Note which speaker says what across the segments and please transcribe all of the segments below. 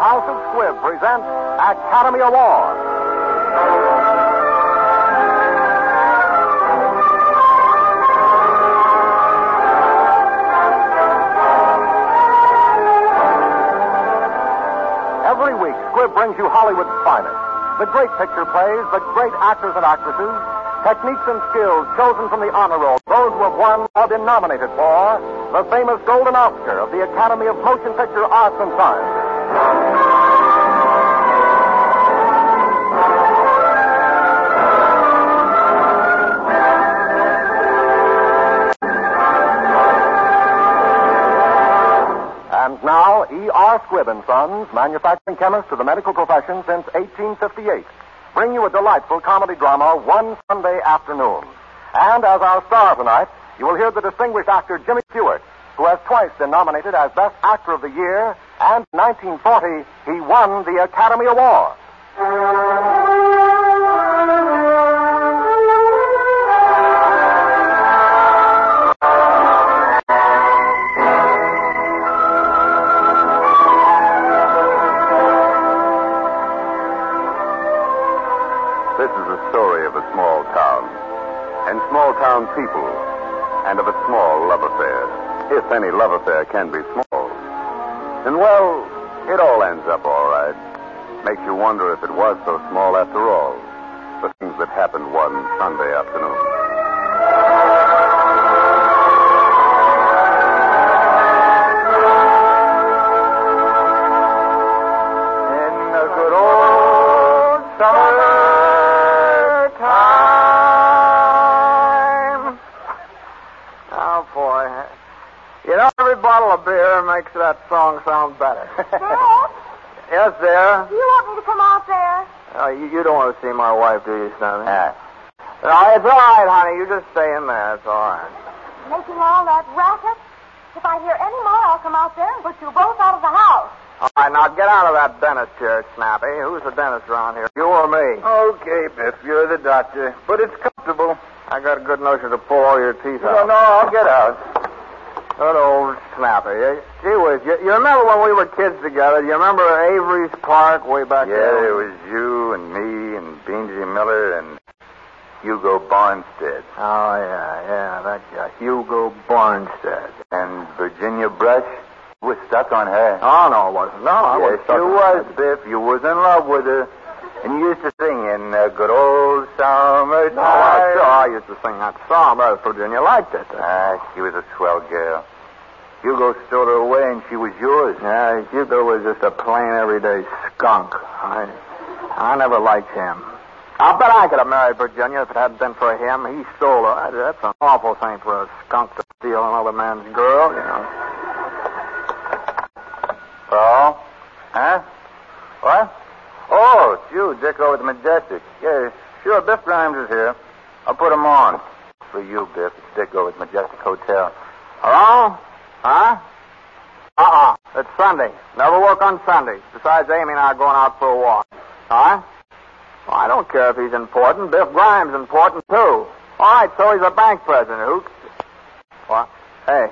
Speaker 1: Swift presents Academy Award. Every week, Squibb brings you Hollywood's finest. The great picture plays, the great actors and actresses, techniques and skills chosen from the honor roll, those who have won or been nominated for the famous Golden Oscar of the Academy of Motion Picture Arts and Sciences. And now, E.R. Squibb and Sons, manufacturing chemists to the medical profession since 1858, bring you a delightful comedy drama one Sunday afternoon. And as our star tonight, you will hear the distinguished actor Jimmy Stewart, who has twice been nominated as Best Actor of the Year, and in 1940, he won the Academy Award.
Speaker 2: This is the story of a small town, and small town people, and of a small love affair, if any love affair can be small. And well, it all ends up all right. Makes you wonder if it was so small after all. The things that happened one Sunday afternoon. In the good old summer time.
Speaker 3: Oh, boy. You know, every bottle of beer makes that song sound better.
Speaker 4: Dad,
Speaker 3: yes, there.
Speaker 4: you want me to come out there?
Speaker 3: Oh, you, you don't want to see my wife, do you, Sonny? No, it's all right, honey. You just stay in there. It's all right.
Speaker 4: Making all that racket? If I hear any more, I'll come out there and put you both out of the house.
Speaker 3: All right, now get out of that dentist chair, Snappy. Who's the dentist around here? You or me?
Speaker 2: Okay, Biff, you're the doctor, but it's comfortable.
Speaker 3: I got a good notion to pull all your teeth
Speaker 2: No,
Speaker 3: out.
Speaker 2: no, I'll get out.
Speaker 3: Good old Snappy. Eh? Gee whiz, you, you remember when we were kids together? You remember Avery's Park way back
Speaker 2: Yeah, it
Speaker 3: there?
Speaker 2: was you and me and Beansy Miller and Hugo Barnstead
Speaker 3: Oh, yeah, yeah, that guy. Hugo Barnstead.
Speaker 2: and Virginia Brush. You were stuck on her.
Speaker 3: Oh, no, it wasn't. No, I
Speaker 2: yes,
Speaker 3: wasn't.
Speaker 2: you was, Biff. You was in love with her. And you used to sing in uh, good old summertime.
Speaker 3: No, I, sure, I used to sing that song, but Virginia liked it.
Speaker 2: Ah, she was a swell girl. Hugo stole her away and she was yours.
Speaker 3: Yeah, Hugo was just a plain everyday skunk. I, I never liked him. I bet I could have married Virginia if it hadn't been for him. He stole her. That- That's an awful thing for a skunk to steal another man's girl, you know.
Speaker 2: So? Huh? What? Oh, it's you, Dick over at the Majestic. Yeah, sure, Biff Grimes is here. I'll put him on. For you, Biff. It's Dick over at the Majestic Hotel.
Speaker 3: Hello? Huh? Uh-uh. It's Sunday. Never work on Sunday. Besides, Amy and I are going out for a walk. Huh? Well, I don't care if he's important. Biff Grimes important, too. All right, so he's a bank president. Who... What? Hey,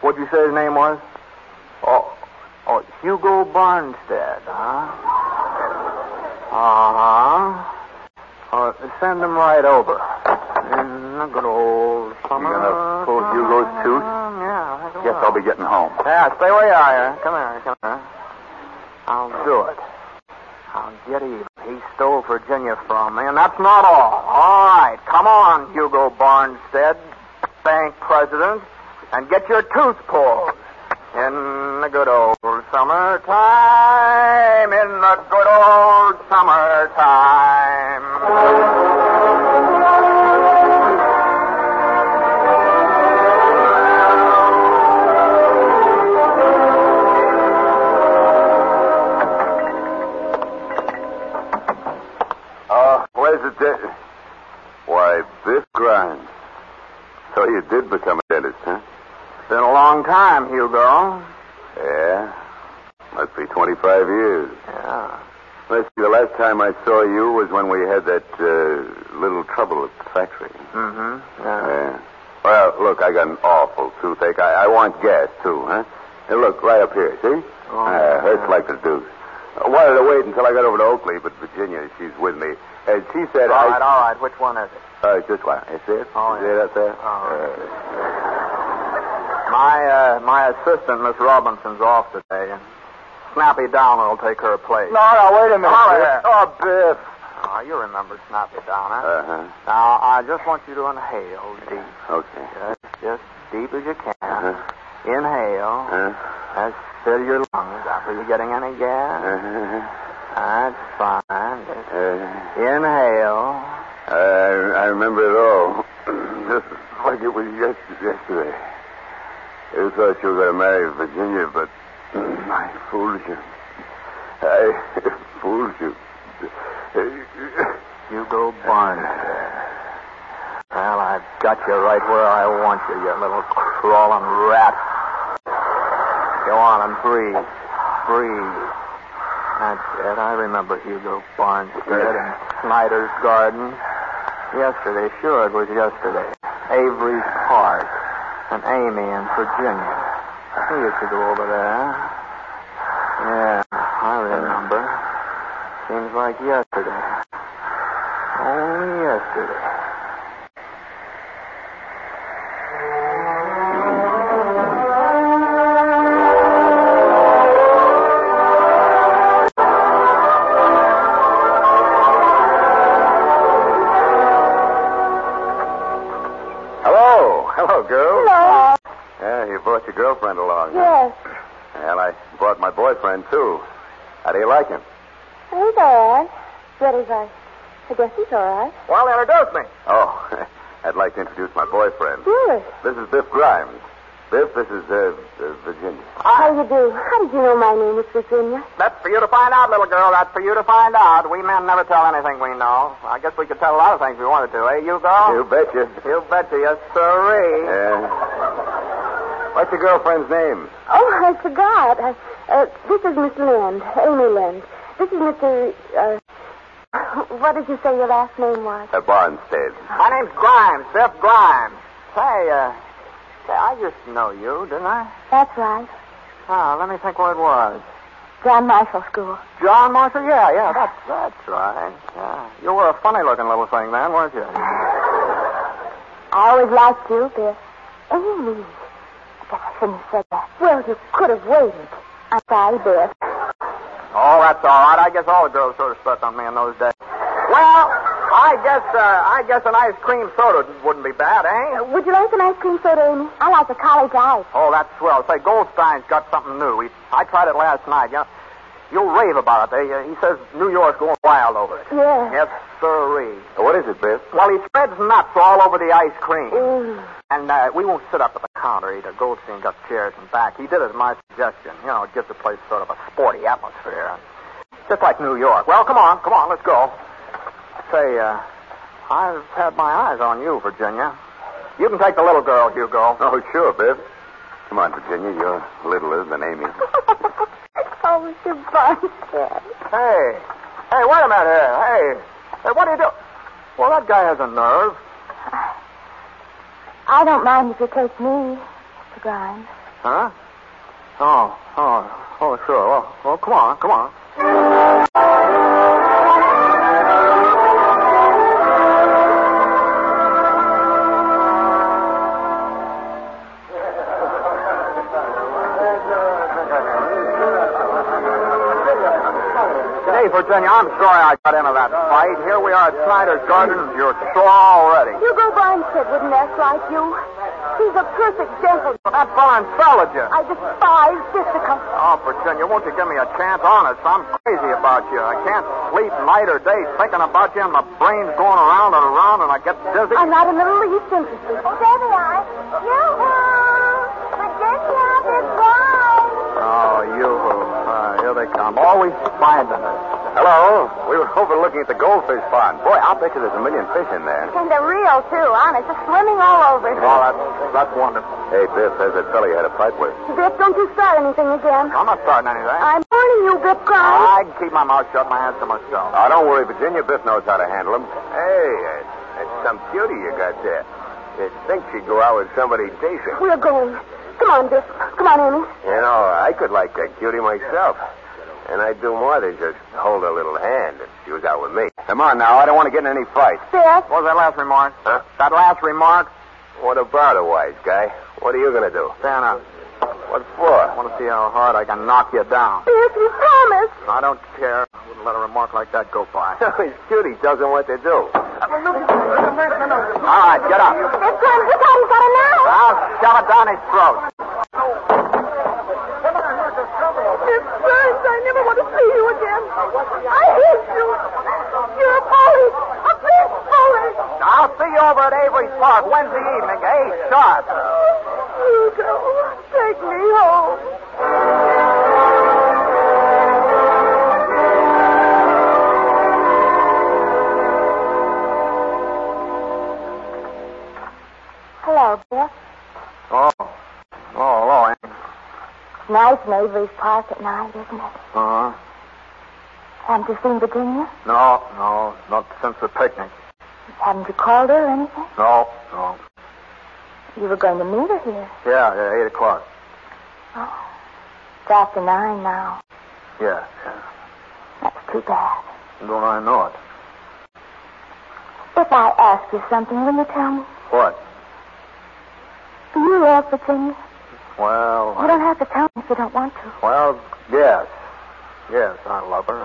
Speaker 3: what'd you say his name was? Oh, oh Hugo Barnstead, huh? Uh-huh. Uh, send him right over. In the good old summer.
Speaker 2: gonna pull Hugo's tooth?
Speaker 3: Yeah. I don't
Speaker 2: Guess
Speaker 3: know.
Speaker 2: I'll be getting home.
Speaker 3: Yeah, stay where you are. Come here, come here. I'll do it. I'll get even. He stole Virginia from me, and that's not all. All right, come on, Hugo Barnstead, bank president, and get your tooth pulled. In the good old summertime, in the good old summertime.
Speaker 2: Oh, where's the dentist? Why, Biff Grimes. So you did become a dentist, huh?
Speaker 3: It's been a long time, Hugo.
Speaker 2: Yeah. Must be 25 years.
Speaker 3: Yeah.
Speaker 2: Let's see, the last time I saw you was when we had that uh, little trouble at the factory.
Speaker 3: Mm-hmm. Yeah.
Speaker 2: Yeah. Well, look, I got an awful toothache. I, I want gas, too, huh? Hey, look, right up here, see?
Speaker 3: Oh,
Speaker 2: uh, hurts
Speaker 3: yeah.
Speaker 2: like the deuce. I wanted to wait until I got over to Oakley, but Virginia, she's with me. And she said I.
Speaker 3: All right, all right. Which one is it?
Speaker 2: Uh, this one. Is it?
Speaker 3: Oh,
Speaker 2: Is
Speaker 3: yeah.
Speaker 2: it up there? Uh,
Speaker 3: Oh. My uh, my assistant, Miss Robinson's off today, and Snappy Downer will take her place.
Speaker 2: no, no, wait a minute.
Speaker 3: Biff.
Speaker 2: Oh, Biff.
Speaker 3: Oh, you remember Snappy Downer.
Speaker 2: Uh huh.
Speaker 3: now, I just want you to inhale deep.
Speaker 2: Okay.
Speaker 3: Just, just deep as you can.
Speaker 2: Uh-huh.
Speaker 3: Inhale.
Speaker 2: Uh-huh.
Speaker 3: Just fill your lungs up. Are you getting any gas?
Speaker 2: Uh-huh.
Speaker 3: That's fine. Just
Speaker 2: Uh-huh.
Speaker 3: inhale.
Speaker 2: I, Uh, I remember it all. Just like it was yes- yesterday. You thought you were going to marry Virginia, but I fooled you. I fooled you.
Speaker 3: Hugo Barnes. Well, I've got you right where I want you, you little crawling rat. Go on and breathe. Breathe. That's it. I remember Hugo Barnes dead in Snyder's Garden. Yesterday, sure, it was yesterday. Avery's Park. And Amy and Virginia. Who used to go over there? Yeah, I remember. Seems like yesterday. Only yesterday.
Speaker 2: Hello. Hello, girl.
Speaker 4: Hello.
Speaker 2: Yeah, you brought your girlfriend along. huh?
Speaker 4: Yes.
Speaker 2: And I brought my boyfriend, too. How do you like him?
Speaker 4: He's all right. Ready, I, I guess he's all right.
Speaker 3: Well, introduce me.
Speaker 2: Oh, I'd like to introduce my boyfriend.
Speaker 4: Sure.
Speaker 2: This is Biff Grimes. Biff, this is uh, uh, Virginia.
Speaker 4: How do you do? How did you know my name is Virginia?
Speaker 3: That's for you to find out, little girl. That's for you to find out. We men never tell anything we know. I guess we could tell a lot of things we wanted to, eh, you Uh,
Speaker 2: You
Speaker 3: girl?
Speaker 2: betcha.
Speaker 3: You betcha, yes, sirree.
Speaker 2: Yeah. What's your girlfriend's name?
Speaker 4: Oh, I forgot. Uh, uh, this is Miss Lind, Amy Lind. This is Mr. Uh, what did you say your last name was?
Speaker 2: Uh, Barnstead.
Speaker 3: My name's Grimes, Biff Grimes. Say, uh, say, I used to know you, didn't I?
Speaker 4: That's right.
Speaker 3: Oh, let me think what it was.
Speaker 4: John Marshall School.
Speaker 3: John Marshall? Yeah, yeah, that's, that's right. Yeah. You were a funny-looking little thing then, weren't you?
Speaker 4: I always liked you, Biff. Amy. I guess I shouldn't have said that. Well, you could have waited. I'm sorry, Biff.
Speaker 3: Oh, that's all right. I guess all the girls sort of stuck on me in those days. Well, I guess uh, I guess an ice cream soda wouldn't be bad, eh?
Speaker 4: Would you like an ice cream soda, Amy? I like a college ice.
Speaker 3: Oh, that's swell. Say, Goldstein's got something new. He, I tried it last night. Yeah, you'll rave about it. They, uh, he says New York's going wild over it.
Speaker 4: Yes.
Speaker 3: Yes, sirree.
Speaker 2: Oh, What is it, Biff?
Speaker 3: Well, he spreads nuts all over the ice cream.
Speaker 4: Mm.
Speaker 3: And uh, we won't sit up at the counter either. Goldstein got chairs and back. He did it at my suggestion. You know, it gives the place sort of a sporty atmosphere. Just like New York. Well, come on, come on, let's go. Say, uh, I've had my eyes on you, Virginia. You can take the little girl, Hugo.
Speaker 2: Oh, sure, Biff. Come on, Virginia. You're littler than Amy.
Speaker 4: oh, Mr. Barnstead.
Speaker 3: Hey, hey, wait a minute here. Hey, hey, what do you do? Well, that guy has a nerve.
Speaker 4: I don't mind if you take me, Mr. Grimes.
Speaker 3: Huh? Oh, oh, oh, sure. Well, well, come on, come on. Hey, Virginia, I'm sorry I got into that fight. Here we are at Snyder's Gardens. You're sore already.
Speaker 4: Hugo Barnstead wouldn't act like you. He's a perfect gentleman.
Speaker 3: That foreign fella, Jim.
Speaker 4: I despise fisticuffs.
Speaker 3: Oh, Virginia, won't you give me a chance? Honest, I'm crazy about you. I can't sleep night or day thinking about you, and my brain's going around and around, and I get dizzy.
Speaker 4: I'm not in the least interested. Oh, there they are. Hugo! Virginia, Miss Grimes.
Speaker 3: Oh, you. Uh, here they come. Always finding us.
Speaker 2: Hello. We were over looking at the goldfish pond. Boy, I'll bet you there's a million fish in there.
Speaker 4: And they're real, too, honest. They're swimming all over.
Speaker 3: Oh, that's, that's wonderful.
Speaker 2: Hey, Biff, there's that fella you had a fight with.
Speaker 4: Biff, don't you start anything again.
Speaker 3: I'm not starting anything.
Speaker 4: I'm warning you, Biff Grimes.
Speaker 3: I can keep my mouth shut, my hands to myself.
Speaker 2: Oh, don't worry, Virginia. Biff knows how to handle him. Hey, uh, that's some cutie you got there. You'd think she'd go out with somebody decent.
Speaker 4: We're going. Come on, Biff. Come on, Amy.
Speaker 2: You know, I could like that cutie myself.
Speaker 5: uh, And I'd do more than just hold her little hand if she was out with me.
Speaker 2: Come on now. I don't want to get in any fight.
Speaker 4: Biff,
Speaker 3: What was that last remark?
Speaker 5: Huh?
Speaker 3: That last remark?
Speaker 5: What about her, wise guy? What are you going to do?
Speaker 3: Stand up.
Speaker 5: What for?
Speaker 3: I want to see how hard I can knock you down.
Speaker 4: Biff, you promised.
Speaker 3: I don't care. I wouldn't let a remark like that go by.
Speaker 5: No, he's cute. He doesn't want to do.
Speaker 3: All right, get up.
Speaker 4: Biff, come, he got, he got a knife.
Speaker 3: Now, shove it down his throat.
Speaker 4: Biff Burns, I never want to see you again. I hate you. You're a bully. A big bully.
Speaker 3: I'll see you over at Avery Park Wednesday evening, eh, 8 sharp.
Speaker 4: Hugo, take me home. Hello, Biff.
Speaker 3: Oh. Oh, hello, Annie.
Speaker 4: Nice Avery's Park at night, isn't it?
Speaker 3: Uh-huh.
Speaker 4: Haven't you seen Virginia?
Speaker 3: No, no, not since the picnic.
Speaker 4: Haven't you called her or anything?
Speaker 3: No, no.
Speaker 4: You were going to meet her here.
Speaker 3: Yeah, yeah, 8 o'clock.
Speaker 4: Oh. It's after nine now.
Speaker 3: Yeah, yeah.
Speaker 4: That's too bad.
Speaker 3: Don't I know it?
Speaker 4: If I ask you something, will you tell me?
Speaker 3: What?
Speaker 4: Do you love Virginia?
Speaker 3: Well,
Speaker 4: You don't have to tell me if you don't want to.
Speaker 3: well, yes. Yes, I love her.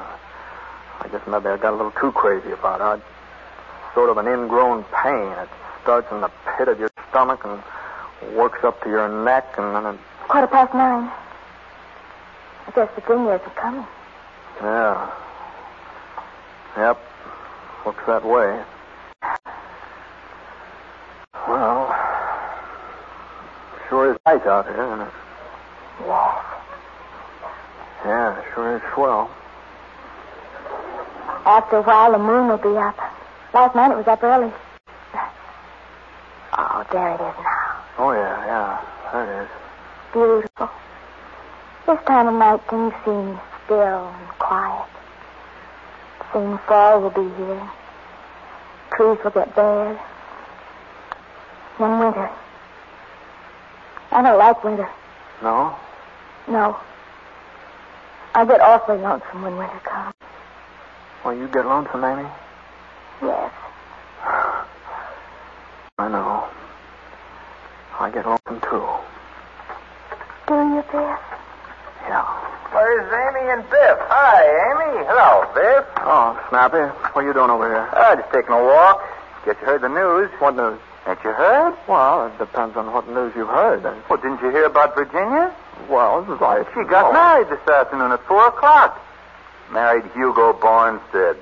Speaker 3: I guess maybe I got a little too crazy about her. It's sort of an ingrown pain. It starts in the pit of your stomach and works up to your neck, and then it.
Speaker 4: Quarter past nine. I guess Virginia isn't coming.
Speaker 3: Yeah. Yep. Looks that way. Well, sure is nice out here, isn't it?
Speaker 4: Yes.
Speaker 3: Yeah, sure is swell.
Speaker 4: After a while, the moon will be up. Last night it was up early. Oh, there it is now.
Speaker 3: Oh, yeah, yeah. There it is.
Speaker 4: Beautiful. This time of night, things seem still and quiet. Soon fall will be here. Trees will get bare. Then winter. I don't like winter.
Speaker 3: No?
Speaker 4: No. I get awfully lonesome when winter comes.
Speaker 3: Well, you get lonesome, Amy?
Speaker 4: Yes.
Speaker 3: I know. I get lonesome, too.
Speaker 4: Do you, Biff?
Speaker 3: Yeah.
Speaker 5: Where's Amy and Biff? Hi, Amy. Hello, Biff.
Speaker 3: Oh, Snappy, what are you doing over here?
Speaker 5: Uh, just taking a walk. Guess you heard the news.
Speaker 3: What news?
Speaker 5: Ain't you heard?
Speaker 3: Well, it depends on what news you heard.
Speaker 5: Well, didn't you hear about Virginia?
Speaker 3: Well, this is like... Oh.
Speaker 5: She got married this afternoon at 4 o'clock. Married Hugo Barnstead.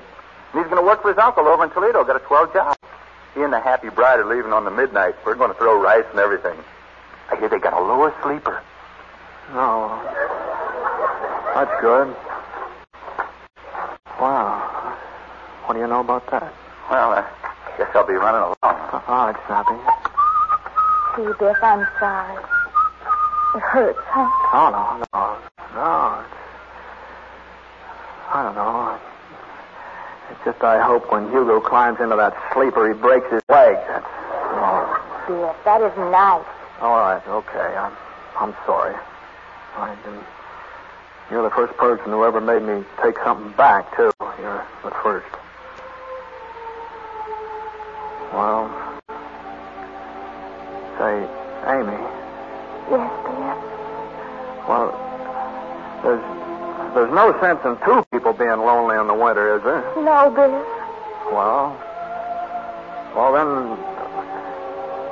Speaker 5: And he's going to work for his uncle over in Toledo. Got a 12 job. He and the happy bride are leaving on the midnight. We're going to throw rice and everything. I hear they got a lower sleeper.
Speaker 3: No. That's good. Wow. What do you know about that?
Speaker 5: Well, I guess I'll be running along.
Speaker 3: All right, Snappy.
Speaker 4: See, Biff, I'm sorry. It hurts, huh?
Speaker 3: Oh, no, no. No. It's... I don't know. It's just I hope when Hugo climbs into that sleeper, he breaks his leg. That's... all.
Speaker 4: Biff, that isn't nice.
Speaker 3: All right, okay. I'm, I'm sorry. I didn't. You're the first person who ever made me take something back, too. You're the first. Well, say, Amy.
Speaker 4: Yes, Biff.
Speaker 3: Well, there's there's no sense in two people being lonely in the winter, is there?
Speaker 4: No, Biff.
Speaker 3: Well, well then,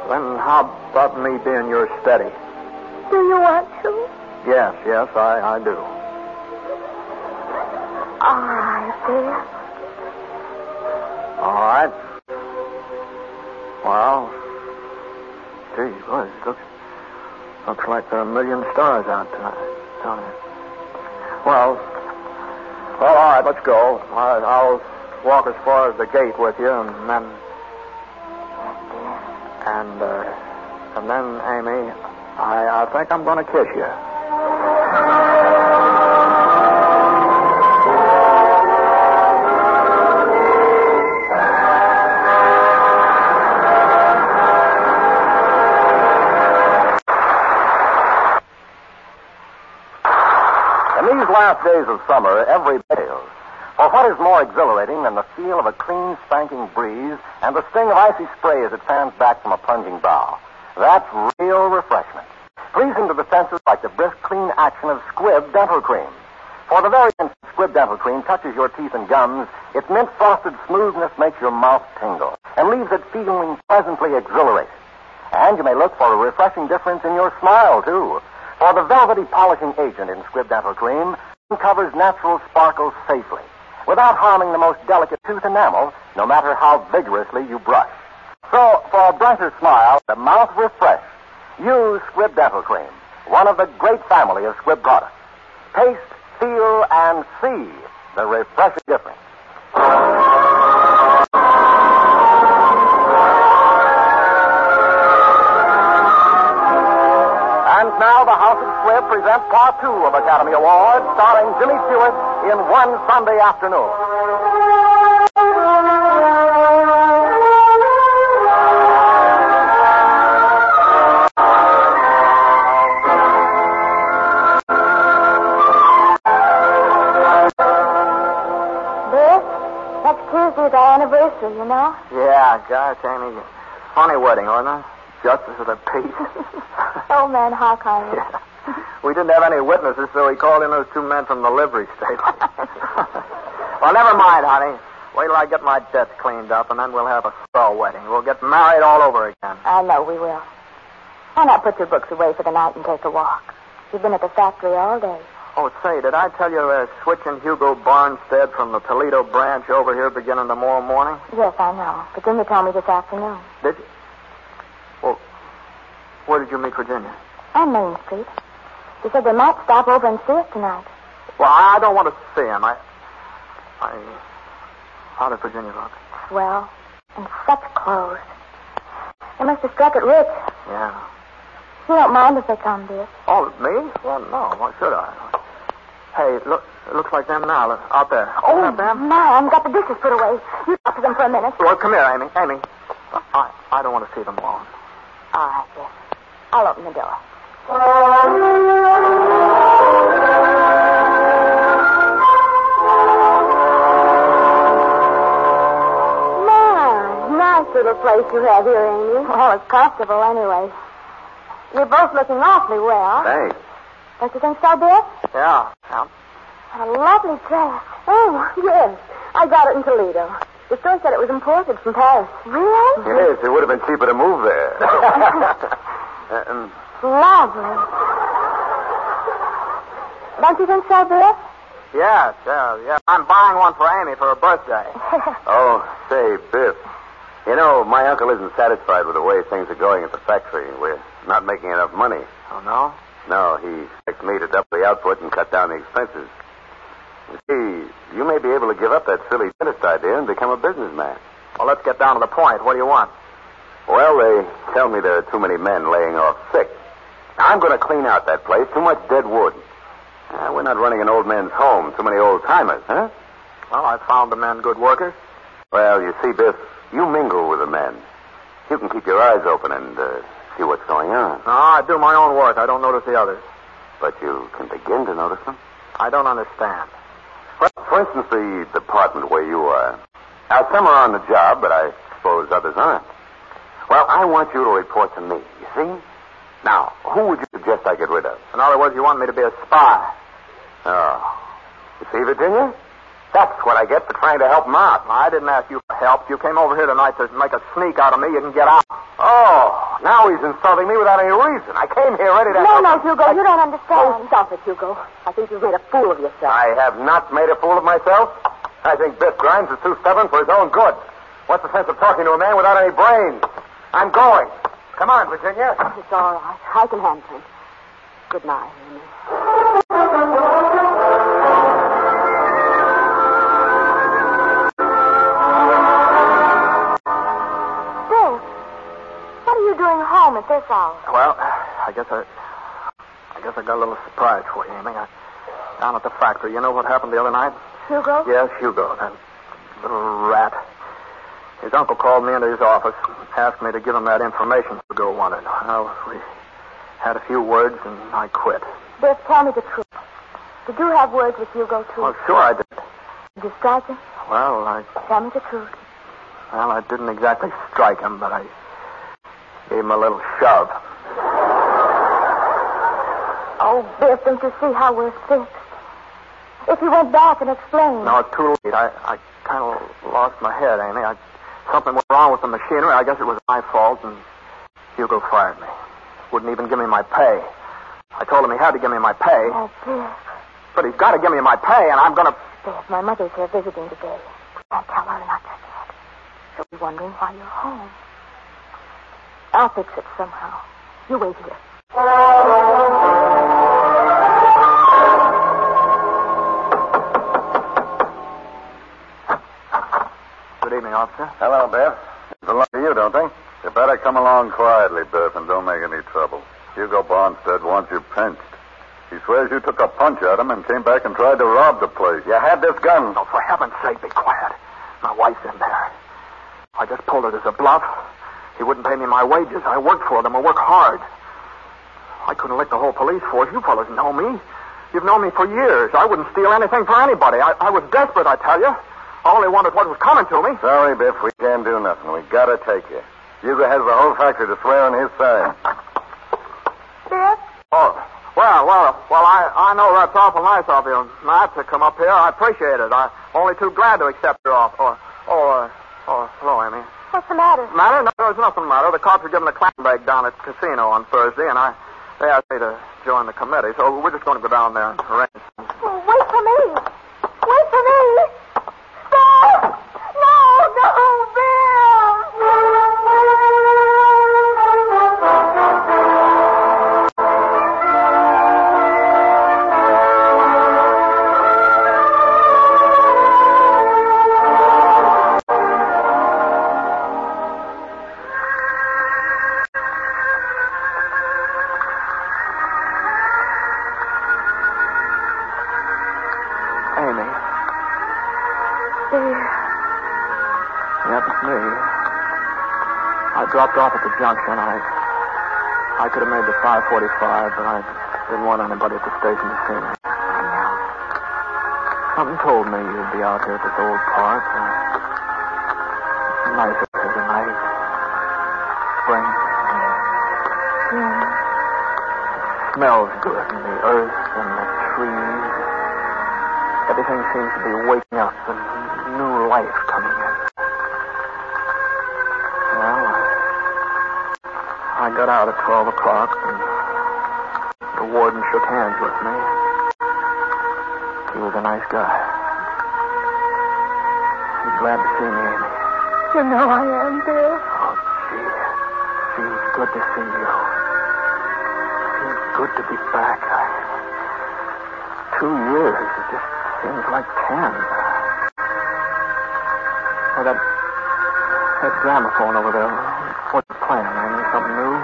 Speaker 3: then how about me being your steady?
Speaker 4: Do you want to?
Speaker 3: Yes, yes, I, I do.
Speaker 4: All right, Biff.
Speaker 3: All right. Well, gee, boy, it looks, looks like there are a million stars out tonight, don't it? Well, well, all right, let's go. I, I'll walk as far as the gate with you, and then, and uh, and then, Amy, I, I think I'm going to kiss you.
Speaker 2: In these last
Speaker 1: half days of summer, every bale. For what is more exhilarating than the feel of a clean, spanking breeze and the sting of icy spray as it fans back from a plunging bow? That's real refreshment. Pleasing to the senses like the brisk, clean action of Squib Dental Cream. For the very instant Squib Dental Cream touches your teeth and gums, its mint frosted smoothness makes your mouth tingle and leaves it feeling pleasantly exhilarated. And you may look for a refreshing difference in your smile, too. For the velvety polishing agent in Squib Dental Cream uncovers natural sparkles safely, without harming the most delicate tooth enamel, no matter how vigorously you brush. So, for a brighter smile, the mouth refreshed, use Squib Dental Cream, one of the great family of Squib products. Taste, feel, and see the refreshing difference. And now the House of Squib presents part two of Academy Awards, starring Jimmy Stewart in One Sunday Afternoon.
Speaker 4: Biff, next Tuesday's our anniversary, you know?
Speaker 3: Yeah, gosh, Amy. Funny wedding, wasn't it? Justice of the peace.
Speaker 4: Old Oh, man Hawkeye.
Speaker 3: Yeah. We didn't have any witnesses, so he called in those two men from the livery stable. well, never mind, honey. Wait till I get my debts cleaned up, and then we'll have a swell wedding. We'll get married all over again.
Speaker 4: I know we will. Why not put your books away for the night and take a walk? You've been at the factory all day.
Speaker 3: Oh, say, did I tell you they're switching Hugo Barnstead from the Toledo branch over here beginning tomorrow morning?
Speaker 4: Yes, I know. But Jimmy told me this afternoon.
Speaker 3: Did you? Well, where did you meet Virginia?
Speaker 4: On Main Street. He said they might stop over and see us tonight.
Speaker 3: Well, I don't want to see him. I. I. How did Virginia look?
Speaker 4: Swell. And such clothes. They must have struck it rich.
Speaker 3: Yeah.
Speaker 4: You don't mind if they come, dear.
Speaker 3: Oh, me? Well, no. Why should I? Hey, look. It looks like them now. Look, out there.
Speaker 4: Oh,
Speaker 3: Isn't that them?
Speaker 4: my, I've got the dishes put away. You talk to them for a minute.
Speaker 3: Well, come here, Amy. Amy. I, I don't want to see them long.
Speaker 4: All right, dear. I'll open the door. My, nice little place you have here, Amy. Oh, it's comfortable anyway. You're both looking awfully well.
Speaker 2: Thanks.
Speaker 4: Don't you think so, dear?
Speaker 3: Yeah. yeah.
Speaker 4: What a lovely dress. Oh, yes. I got it in Toledo. The store said it was imported from Paris. Really?
Speaker 2: Yes, it would have been cheaper to move there. um,
Speaker 4: Lovely. Don't you think so, Bill?
Speaker 3: Yes, yeah, yeah. I'm buying one for Amy for her birthday.
Speaker 2: oh, say, Biff. You know, my uncle isn't satisfied with the way things are going at the factory. We're not making enough money.
Speaker 3: Oh, no?
Speaker 2: No, he expects me to double the output and cut down the expenses. You see, you may be able to give up that silly dentist idea and become a businessman.
Speaker 3: Well, let's get down to the point. What do you want?
Speaker 2: Well, they tell me there are too many men laying off sick. I'm going to clean out that place. Too much dead wood. Uh, we're not running an old man's home. Too many old timers, huh?
Speaker 3: Well, I found the men good workers.
Speaker 2: Well, you see, Biff, you mingle with the men. You can keep your eyes open and uh, see what's going on.
Speaker 3: No, I do my own work. I don't notice the others.
Speaker 2: But you can begin to notice them.
Speaker 3: I don't understand.
Speaker 2: For, for instance, the department where you are. Now, some are on the job, but I suppose others aren't. Well, I want you to report to me, you see? Now, who would you suggest I get rid of?
Speaker 3: In other words, you want me to be a spy.
Speaker 2: Oh. You see, Virginia? That's what I get for trying to help them out.
Speaker 3: I didn't ask you for help. You came over here tonight to make a sneak out of me. You can get out.
Speaker 2: Oh, now he's insulting me without any reason. I came here ready to help.
Speaker 4: No, no, Hugo, you don't
Speaker 6: Oh,
Speaker 4: understand.
Speaker 6: stop it, Hugo. I think you've made a fool of yourself.
Speaker 2: I have not made a fool of myself. I think Biff Grimes is too stubborn for his own good. What's the sense of talking to a man without any brains? I'm going. Come on, Virginia.
Speaker 6: It's all right. I can handle it. Good night, Amy.
Speaker 4: Bill, what are you doing home at this hour?
Speaker 3: Well, I guess I, I guess I got a little surprise for you, Amy. I, down at the factory, you know what happened the other night?
Speaker 4: Hugo?
Speaker 3: Yes, Hugo, that little rat. His uncle called me into his office, asked me to give him that information Hugo wanted. Well, we had a few words, and I quit.
Speaker 4: Bill, tell me the truth. Did you have words with Hugo, too?
Speaker 3: Well, sure I did.
Speaker 4: Did you strike him?
Speaker 3: Well, I
Speaker 4: Tell me the truth.
Speaker 3: well, I didn't exactly strike him, but I gave him a little shove.
Speaker 4: Oh, Biff, don't you see how we're fixed? If you went back and explained.
Speaker 3: No, it's too late. I, I kind of lost my head, Amy. I, something went wrong with the machinery. I guess it was my fault, and Hugo fired me. Wouldn't even give me my pay. I told him he had to give me my pay,
Speaker 4: Oh, Biff.
Speaker 3: but he's got to give me my pay, and I'm going to.
Speaker 4: Biff, my mother's here visiting today. We can't tell her not just yet. She'll be wondering why you're home. I'll fix it somehow. You wait here.
Speaker 3: Good evening, officer.
Speaker 2: Hello, Biff. They belong to you, don't they? You better come along quietly, Biff, and don't make any trouble. Hugo Bonstead wants you pinched. He swears you took a punch at him and came back and tried to rob the place. You had this gun.
Speaker 3: Oh, for heaven's sake, be quiet. My wife's in there. I just pulled it as a bluff. He wouldn't pay me my wages. I worked for them. I worked hard. I couldn't lick the whole police force. You fellas know me. You've known me for years. I wouldn't steal anything for anybody. I, I was desperate, I tell you. I only wanted what was coming to me.
Speaker 2: Sorry, Biff, we can't do nothing. We gotta take you. Hugo has the whole factory to swear on his side.
Speaker 4: Biff?
Speaker 3: Oh, well, well, well, I, I know that's awful nice of you, Matt, to come up here. I appreciate it. I'm only too glad to accept your offer. Or, or, or, hello, Amy.
Speaker 4: What's the matter?
Speaker 3: Matter? No, there's nothing matter. The cops are giving a clam bake down at the casino on Thursday, and I they asked me to join the committee, so we're just going to go down there and arrange.
Speaker 4: Oh, wait for me. Wait for me. Stop! No, no, Bill!
Speaker 3: Amy, yeah, it's me. I dropped off at the junction. I I could have made the 5:45, but I didn't want anybody at the station to see me. Something told me you'd be out here at this old park. Uh, nice up here tonight. Spring. smells good in the earth and the trees. Everything seems to be waking up and new life coming in. Well, I got out at 12 o'clock and the warden shook hands with me. He was a nice guy. He's glad to see me, Amy.
Speaker 4: You know I am, Bill.
Speaker 3: Oh, gee. Feels good to see you. Feels good to be back. I, two years, it just seems like ten. Hey, that, that gramophone over there, what's it playing, Amy? Something new?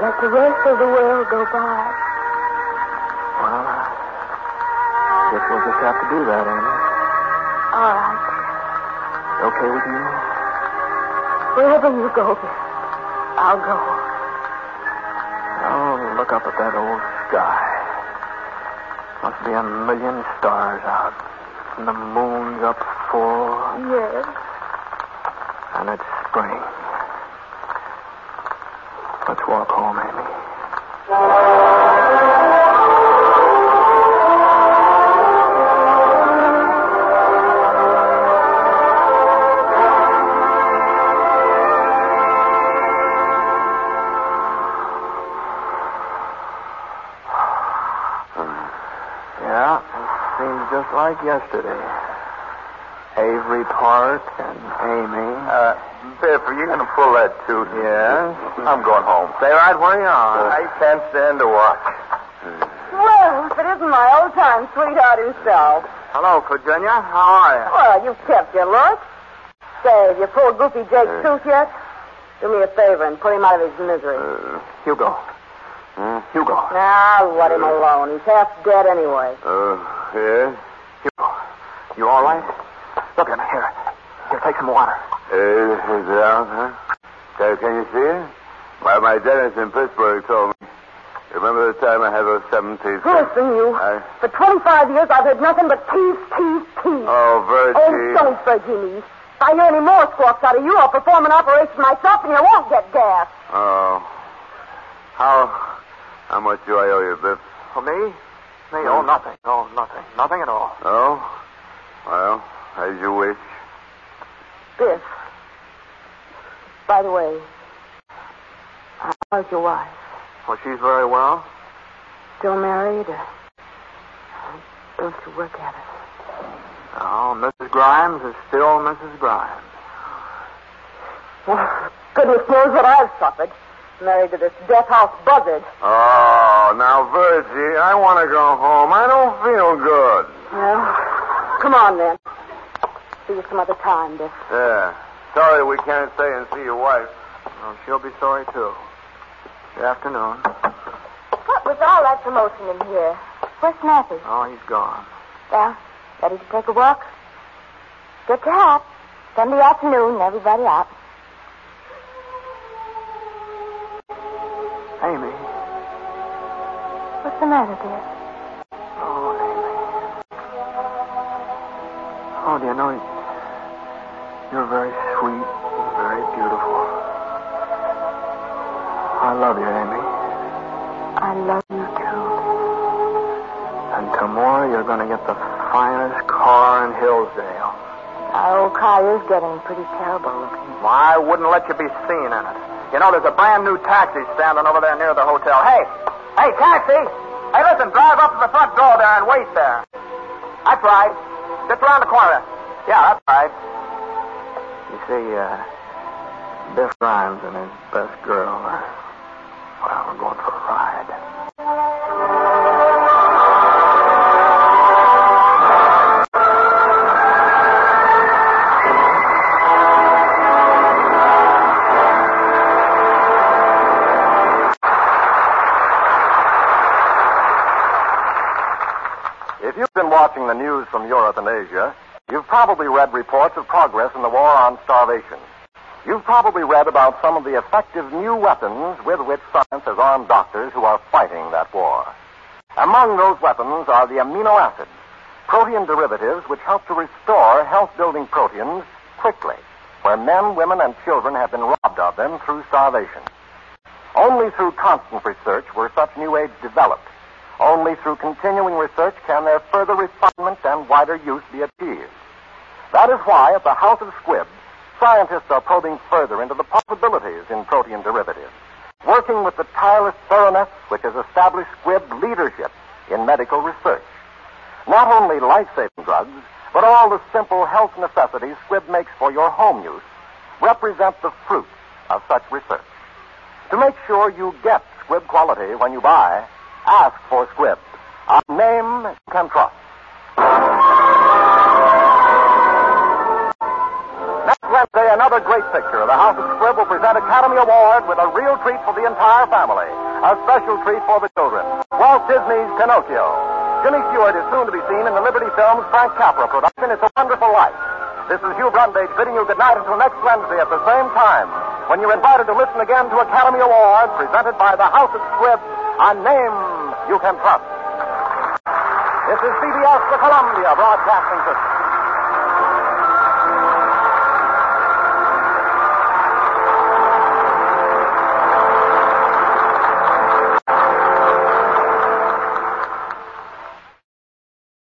Speaker 4: Let the rest of the world go by.
Speaker 3: Well, guess we'll just have to do that, Amy.
Speaker 4: All right.
Speaker 3: Okay with you?
Speaker 4: Wherever you go, Bill, I'll go.
Speaker 3: Oh, look up at that old sky. Must be a million stars out. And the moon's up full.
Speaker 4: Yes.
Speaker 3: And it's spring. Let's walk home, Amy. Yeah, it seems just like yesterday. Avery Park and Amy.
Speaker 5: Uh, Biff, are you going to pull that too?
Speaker 3: Yes.
Speaker 5: I'm going home.
Speaker 3: Stay right where you are.
Speaker 5: I can't stand to watch.
Speaker 6: Well, if it isn't my old time sweetheart himself.
Speaker 3: Hello, Virginia. How are you?
Speaker 6: Well, you've kept your look. Say, have you pulled Goofy Jake's tooth yet? Do me a favor and put him out of his misery.
Speaker 3: Hugo.
Speaker 7: Hmm?
Speaker 3: Hugo.
Speaker 6: Now, let him alone. He's half dead anyway.
Speaker 7: Oh,
Speaker 2: Uh, yeah?
Speaker 3: Hugo. You all right? Look at me here. Here, take some water.
Speaker 2: Uh, is it out, huh? So can you see it? Well, my dentist in Pittsburgh told me.
Speaker 7: Remember the time I had those seven teeth?
Speaker 4: Listen, you.
Speaker 7: I-
Speaker 4: For 25 years, I've heard nothing but tease, tease, tease.
Speaker 7: Oh,
Speaker 4: and
Speaker 7: Virgie.
Speaker 4: don't, Virginie. If I hear any more squawks out of you, I'll perform an operation myself, and you won't get gas.
Speaker 7: Oh. How how much do I owe you, Biff?
Speaker 3: For me? Me? Oh, nothing. No, nothing. Nothing at all.
Speaker 7: Oh? Well, as you wish.
Speaker 4: Biff. By the way, how's your wife?
Speaker 3: Well, she's very well.
Speaker 4: Still married? Or don't you work at it?
Speaker 3: Oh, Mrs. Grimes is still Mrs. Grimes.
Speaker 4: Well, goodness knows what I've suffered. Married to this death house buzzard.
Speaker 7: Oh, now, Virgie, I want to go home. I don't feel good.
Speaker 4: Well, come on then. See you some other time, Biff.
Speaker 7: Yeah. Sorry we can't stay and see your wife.
Speaker 3: Well, Oh, she'll be sorry, too. Good afternoon.
Speaker 8: What was all that commotion in here? Where's Snappy?
Speaker 3: Oh, he's gone.
Speaker 8: Well, ready to take a walk? Get your hat. Sunday afternoon, everybody out.
Speaker 3: Amy.
Speaker 8: What's the matter, dear?
Speaker 3: Oh, Amy. Oh, do you know, you're very sweet and very beautiful. I love you, Amy.
Speaker 8: I love you too.
Speaker 3: And tomorrow you're going to get the finest car in Hillsdale.
Speaker 8: Our old car is getting pretty terrible looking.
Speaker 3: Well, I wouldn't let you be seen in it. You know, there's a brand new taxi standing over there near the hotel. Hey, hey, taxi! Hey, listen, drive up to the front door there and wait there. That's right. Just around the corner. Yeah, that's right. You see, uh, Biff Grimes and his best girl are, well, we're going for a ride.
Speaker 2: If you've been watching the news from Europe and Asia, you've probably read reports of progress in the war on starvation. You've probably read about some of the effective new weapons with which science has armed doctors who are fighting that war. Among those weapons are the amino acids, protein derivatives which help to restore health building proteins quickly, where men, women, and children have been robbed of them through starvation. Only through constant research were such new aids developed. Only through continuing research can their further refinement and wider use be achieved. That is why at the House of Squibb, scientists are probing further into the possibilities in protein derivatives, working with the tireless thoroughness which has established Squibb leadership in medical research. Not only life-saving drugs, but all the simple health necessities Squibb makes for your home use represent the fruit of such research. To make sure you get squib quality when you buy, ask for squib. A name you can trust. Next Wednesday, another great picture. The House of Squib will present Academy Award with a real treat for the entire family. A special treat for the children. Walt Disney's Pinocchio. Jimmy Stewart is soon to be seen in the Liberty Films Frank Capra production, It's a Wonderful Life. This is Hugh Brundage bidding you good night until next Wednesday at the same time when you're invited to listen again to Academy Award presented by the House of Squib, a name you can trust. This is CBS, the Columbia Broadcasting System.